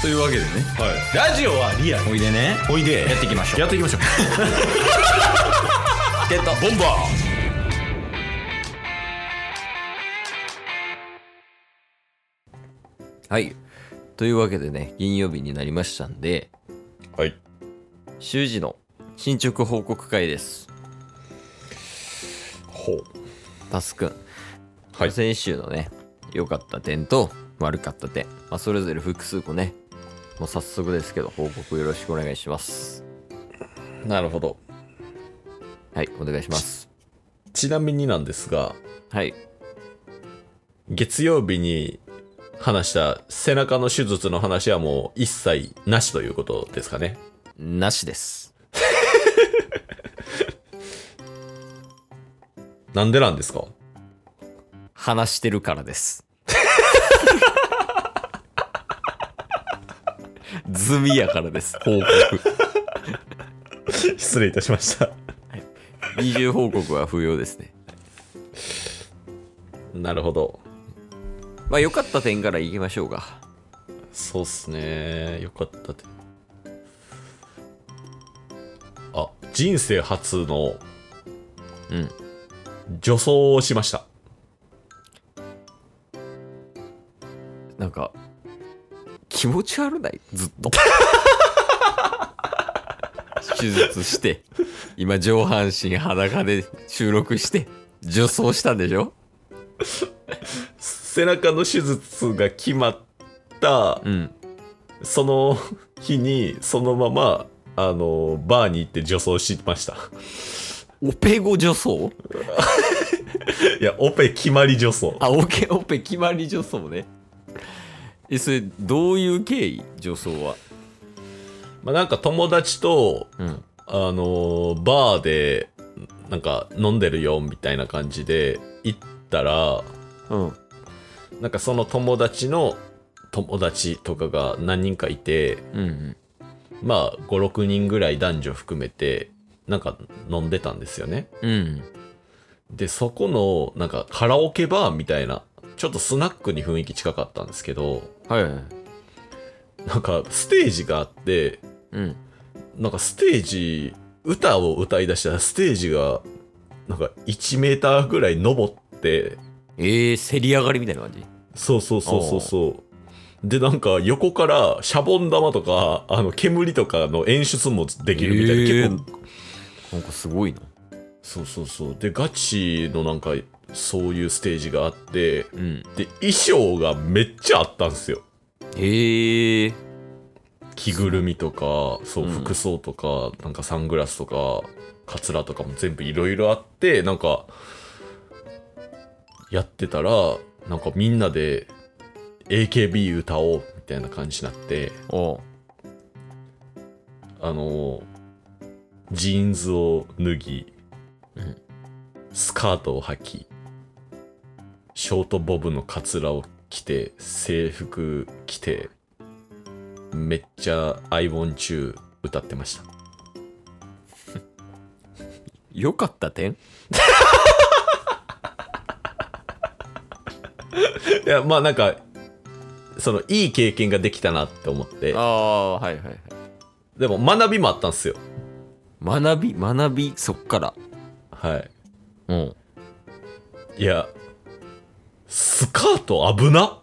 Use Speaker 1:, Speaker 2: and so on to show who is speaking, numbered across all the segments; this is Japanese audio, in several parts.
Speaker 1: というわけでね
Speaker 2: はい、ラジオはリアル
Speaker 1: おいでね
Speaker 2: おいで
Speaker 1: やっていきましょう
Speaker 2: やって いきましょう
Speaker 1: ゲットボンバーはいというわけでね金曜日になりましたんで
Speaker 2: はい
Speaker 1: 習字の進捗報告会です
Speaker 2: ほう
Speaker 1: タスくん、
Speaker 2: はい
Speaker 1: 先週のね良かった点と悪かった点、まあ、それぞれ複数個ねもう早速ですけど報告よろしくお願いします
Speaker 2: なるほど
Speaker 1: はいお願いします
Speaker 2: ちなみになんですが
Speaker 1: はい
Speaker 2: 月曜日に話した背中の手術の話はもう一切なしということですかね
Speaker 1: なしです
Speaker 2: なんでなんですか
Speaker 1: 話してるから です。済みやからです。報告。
Speaker 2: 失礼いたしました
Speaker 1: 二重報告は不要ですね。
Speaker 2: なるほど
Speaker 1: まあ良かった点からいきましょうか。
Speaker 2: そうっすねよかったってあ人生初の
Speaker 1: うん。
Speaker 2: 女装をしました
Speaker 1: なんか、気持ち悪ないずっと。 手術して、今上半身裸で収録して、女装したんでしょ
Speaker 2: 背中の手術が決まった
Speaker 1: うん。
Speaker 2: その日にそのままあのバーに行って女装しました
Speaker 1: オペ後女装
Speaker 2: いやオペ決まり女装
Speaker 1: あ、オケオペ決まり女装ね。え、それ、どういう経緯女装は。
Speaker 2: まあ、なんか友達と
Speaker 1: うん。
Speaker 2: あのバーでなんか飲んでるよみたいな感じで行ったら
Speaker 1: うん。
Speaker 2: なんかその友達の友達とかが何人かいて
Speaker 1: うん。
Speaker 2: まあ56人ぐらい男女含めてなんか飲んでたんですよね
Speaker 1: うん。
Speaker 2: でそこのなんかカラオケバーみたいなちょっとスナックに雰囲気近かったんですけど
Speaker 1: はい。
Speaker 2: なんかステージがあって
Speaker 1: うん。
Speaker 2: なんかステージ歌を歌い出したらステージがなんか1メーターぐらい登って
Speaker 1: えー、せり上がりみたいな感じ
Speaker 2: そうそうそうそうそう。で、なんか横からシャボン玉とか、あの、煙とかの演出もできるみたいな、
Speaker 1: えー
Speaker 2: 結構、
Speaker 1: なんかすごいな。
Speaker 2: そうそうそう。で、ガチのなんか、そういうステージがあって、
Speaker 1: うん。
Speaker 2: で、衣装がめっちゃあったんですよ。
Speaker 1: えー、
Speaker 2: 着ぐるみとか、そう、
Speaker 1: うん
Speaker 2: 服装とか、なんかサングラスとか、カツラとかも全部いろいろあって、なんか、やってたら、なんかみんなで AKB 歌おうみたいな感じになって、
Speaker 1: おう
Speaker 2: あの、ジーンズを脱ぎ、
Speaker 1: うん
Speaker 2: スカートを履き、ショートボブのカツラを着て、制服着て、めっちゃ I want you 歌ってました。
Speaker 1: よかった点
Speaker 2: いや、まあなんか、その、いい経験ができたなって思って
Speaker 1: あ、あ、はいはい
Speaker 2: でも学びもあったんですよ。
Speaker 1: はい。学び、学び、そっから。
Speaker 2: はい。
Speaker 1: うん。
Speaker 2: いや、スカート危な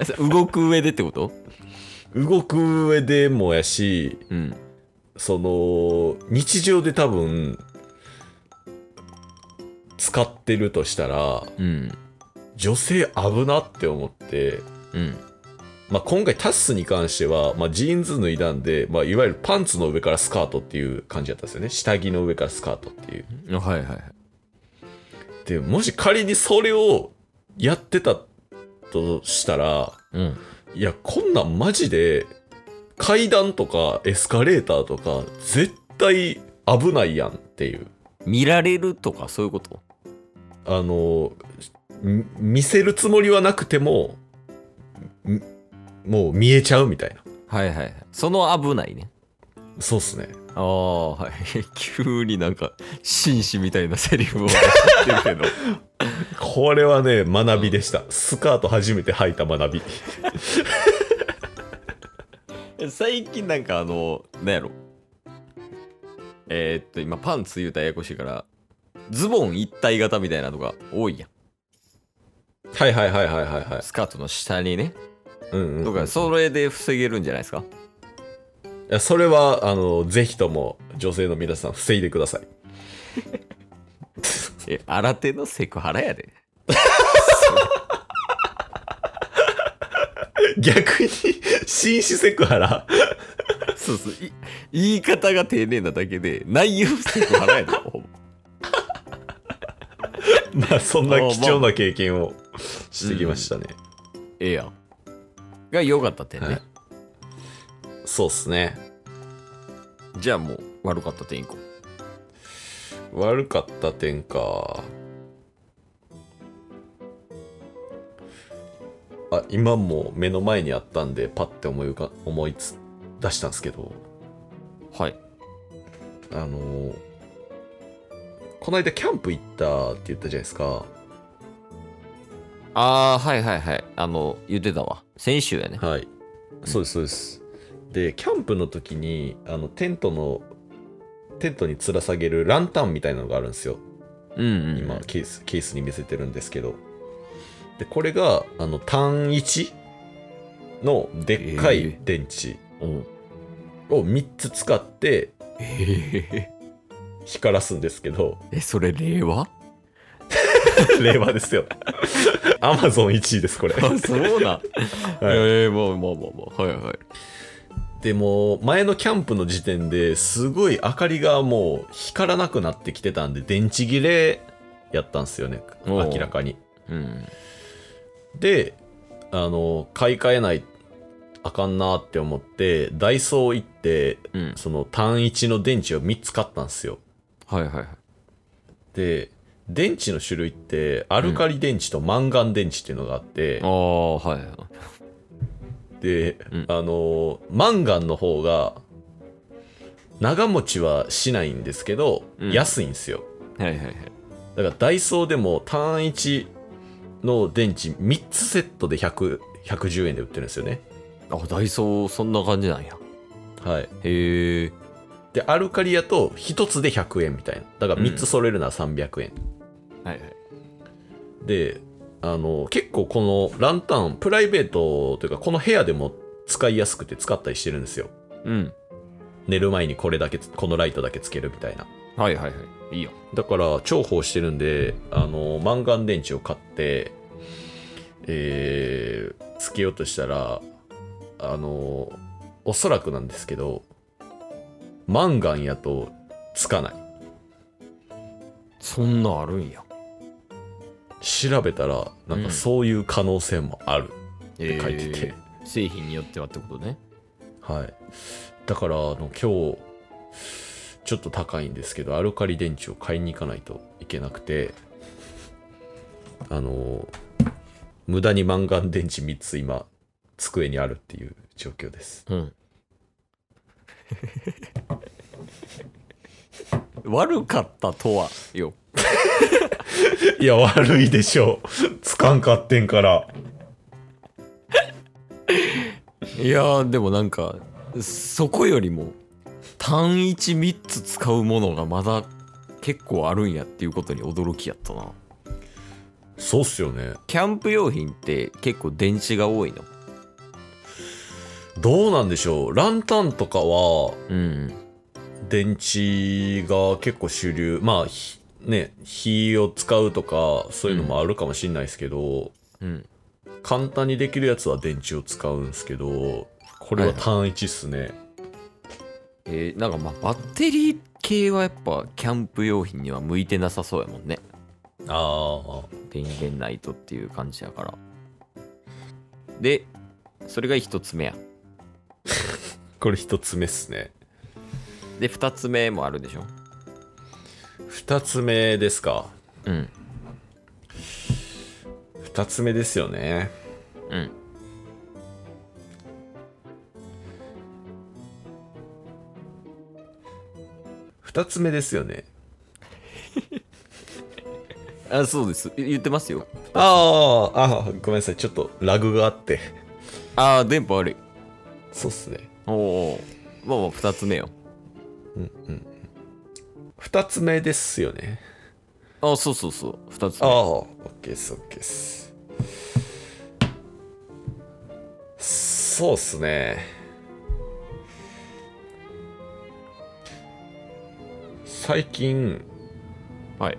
Speaker 1: えそれ動く上でってこと
Speaker 2: 動く上でもやし、
Speaker 1: うん。
Speaker 2: その、日常で多分、使ってるとしたら、
Speaker 1: うん。
Speaker 2: 女性危なって思って、
Speaker 1: うん。
Speaker 2: まあ、今回タッスに関しては、まあ、ジーンズ脱いだんで、まあ、いわゆるパンツの上からスカートっていう感じだったんですよね。下着の上からスカートっていう。
Speaker 1: あはいはいはい。
Speaker 2: で、もし仮にそれをやってたとしたら、
Speaker 1: うん。
Speaker 2: いや、こんなんマジで、階段とかエスカレーターとか、絶対危ないやんっていう。
Speaker 1: 見られるとかそういうこと
Speaker 2: あの、み見せるつもりはなくても、みもう見えちゃうみたいな。
Speaker 1: はいはいはい。その危ないね。
Speaker 2: そうっすね。
Speaker 1: ああ、はい。 急になんか、紳士みたいなセリ フを出してるけど。
Speaker 2: これはね、学びでした。スカート初めて履いた学び。
Speaker 1: 最近なんかあの、なんやろ。えーっと、今パンツ言うたらややこしいから、ズボン一体型みたいなのが多いやん。
Speaker 2: はいはいはいはいはいはい。
Speaker 1: スカートの下にね。
Speaker 2: うんうん、
Speaker 1: とか、それで防げるんじゃないですか。
Speaker 2: いやそれは、あの、ぜひとも女性の皆さん防いでください。
Speaker 1: え、新手のセクハラやで。
Speaker 2: 逆に、紳士セクハラ
Speaker 1: そうそう。い言い方が丁寧なだけで、内容セクハラ やで。ほんま
Speaker 2: まあ、そんな貴重な経験をしてきましたね。
Speaker 1: ええやん。が良かった点ね。
Speaker 2: はいそうっすね。
Speaker 1: じゃあもう、悪かった点いこう。
Speaker 2: 悪かった点か。あ、今も目の前にあったんで、パッて思い浮か、思いつ、出したんですけど、
Speaker 1: はい。
Speaker 2: あのーこの間キャンプ行ったって言ったじゃないですか。
Speaker 1: ああ、はいはいはい。あの、言ってたわ。先週やね。
Speaker 2: はい。そうです、そうです。で、キャンプの時に、あの、テントの、テントに吊ら下げるランタンみたいなのがあるんですよ。
Speaker 1: うんうん。
Speaker 2: 今、ケース、ケースに見せてるんですけど。で、これが、あの、単1のでっか
Speaker 1: え
Speaker 2: い電池
Speaker 1: うん。
Speaker 2: を3つ使って
Speaker 1: え
Speaker 2: 光らすんですけど、
Speaker 1: え、それ令 和
Speaker 2: 令和で すよ。アマゾン1位です、これ。
Speaker 1: あ、そうなん。
Speaker 2: はい
Speaker 1: ええまあまあまあまあ。はいはい。
Speaker 2: でも前のキャンプの時点ですごい明かりがもう光らなくなってきてたんで電池切れやったんですよね
Speaker 1: おう
Speaker 2: 明らかに
Speaker 1: うん。
Speaker 2: であの買い替えないあかんなって思ってダイソー行って
Speaker 1: うん。
Speaker 2: その単1の電池を3つ買ったんですよ
Speaker 1: はいはいはい。
Speaker 2: で電池の種類ってアルカリ電池とマンガン電池っていうのがあって
Speaker 1: あ、あ、はいはい。
Speaker 2: で、
Speaker 1: うん
Speaker 2: あのマンガンの方が長持ちはしないんですけど、
Speaker 1: うん
Speaker 2: 安いんですよ
Speaker 1: はいはいはい。
Speaker 2: だからダイソーでも単1の電池3つセットで100 110円で売ってるんですよね
Speaker 1: あ、ダイソー、そんな感じなんや。
Speaker 2: はい
Speaker 1: へえ。
Speaker 2: でアルカリやと1つで100円みたいなだから
Speaker 1: うん
Speaker 2: 3つ揃えるのは300円、
Speaker 1: はいはい。
Speaker 2: であの結構このランタンプライベートというかこの部屋でも使いやすくて使ったりしてるんですよ
Speaker 1: うん。
Speaker 2: 寝る前にこれだけこのライトだけつけるみたいな
Speaker 1: はいはいはい。いいよ。
Speaker 2: だから重宝してるんであのマンガン電池を買ってえー、つけようとしたらあのおそらくなんですけどマンガンやとつかない
Speaker 1: そんなんあるんや。
Speaker 2: 調べたらなん
Speaker 1: うん
Speaker 2: かそういう可能性もあるって書いて
Speaker 1: へ
Speaker 2: て
Speaker 1: え、製品によってはってことね。
Speaker 2: はいだからあの今日ちょっと高いんですけどアルカリ電池を買いに行かないといけなくてあの無駄にマンガン電池3つ今机にあるっていう状況です
Speaker 1: うん。 悪かったとはよ。
Speaker 2: いや悪いでしょうつかんかってんから
Speaker 1: いやーでもなんかそこよりも単13つ使うものがまだ結構あるんやっていうことに驚きやったな
Speaker 2: そうっすよね
Speaker 1: キャンプ用品って結構電池が多いの
Speaker 2: どうなんでしょうランタンとかは
Speaker 1: うん
Speaker 2: 電池が結構主流まあひね火を使うとかそういうのもあるかもしれないですけど、
Speaker 1: うん
Speaker 2: 簡単にできるやつは電池を使うんですけどこれは単一っすね、
Speaker 1: えーなんかまあバッテリー系はやっぱキャンプ用品には向いてなさそうやもんね
Speaker 2: あ
Speaker 1: 電源ないとっていう感じやからでそれが1つ目や
Speaker 2: あこれ一つ目っすね
Speaker 1: で2つ目もあるでしょ
Speaker 2: 二つ目ですか
Speaker 1: うん
Speaker 2: 二つ目ですよね
Speaker 1: うん
Speaker 2: 二つ目ですよね。
Speaker 1: あそうですい言ってますよ
Speaker 2: ああ、ああ、ごめんなさい。ちょっとラグがあって。
Speaker 1: ああ電波悪い
Speaker 2: そうっすね。
Speaker 1: おおまあまあ2つ目よ
Speaker 2: うんうん。二つ目ですよね。
Speaker 1: あそうそうそう2つ
Speaker 2: あ
Speaker 1: 目
Speaker 2: あ、オッケーです、オッケーです。そうっすね。最近、
Speaker 1: はい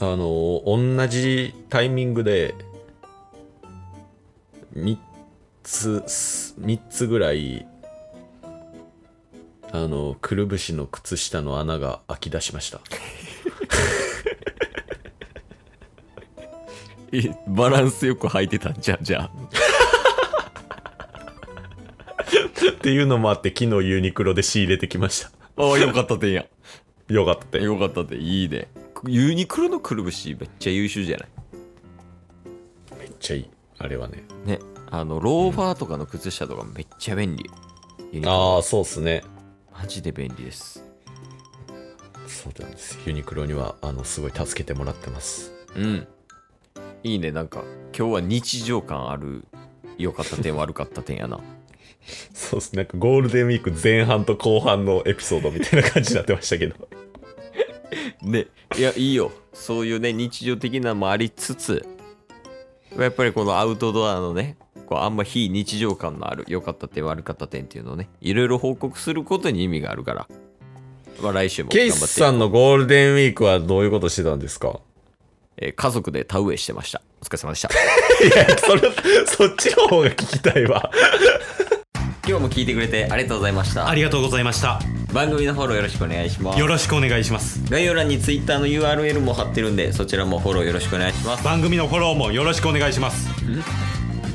Speaker 2: あの、同じタイミングで、三つ、す三つぐらい、あの、くるぶしの靴下の穴が開き出しました。
Speaker 1: えバランスよく履いてたんじゃんじゃあ
Speaker 2: っていうのもあって昨日ユニクロで仕入れてきました
Speaker 1: ああよかった点や
Speaker 2: よかった
Speaker 1: よかった点いいねユニクロのくるぶしめっちゃ優秀じゃない
Speaker 2: めっちゃいいあれはね
Speaker 1: ねあのローファーとかの靴下とかめっちゃ便利ユニクロ
Speaker 2: ああそうっすね
Speaker 1: マジで便利です
Speaker 2: そうなんですユニクロにはあのすごい助けてもらってます
Speaker 1: うんいいねなんか今日は日常感ある良かった点悪かった点やな
Speaker 2: そうっすなんかゴールデンウィーク前半と後半のエピソードみたいな感じになってましたけど
Speaker 1: ねいやいいよそういうね日常的なのもありつつやっぱりこのアウトドアのねこうあんま非日常感のある良かった点悪かった点っていうのをねいろいろ報告することに意味があるから、まあ、来週も
Speaker 2: ケ
Speaker 1: 頑
Speaker 2: イ
Speaker 1: 張っ
Speaker 2: ス
Speaker 1: て
Speaker 2: さんのゴールデンウィークはどういうことしてたんですか
Speaker 1: えー家族で田植えしてましたお疲れ様でした
Speaker 2: いやそれそっちの方が聞きたいわ
Speaker 1: 今日も聞いてくれてありがとうございました
Speaker 3: ありがとうございました
Speaker 1: 番組のフォローよろしくお願いします
Speaker 3: よろしくお願いします
Speaker 1: 概要欄に Twitter の URL も貼ってるんでそちらもフォローよろしくお願いします
Speaker 3: 番組のフォローもよろしくお願いします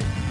Speaker 3: ます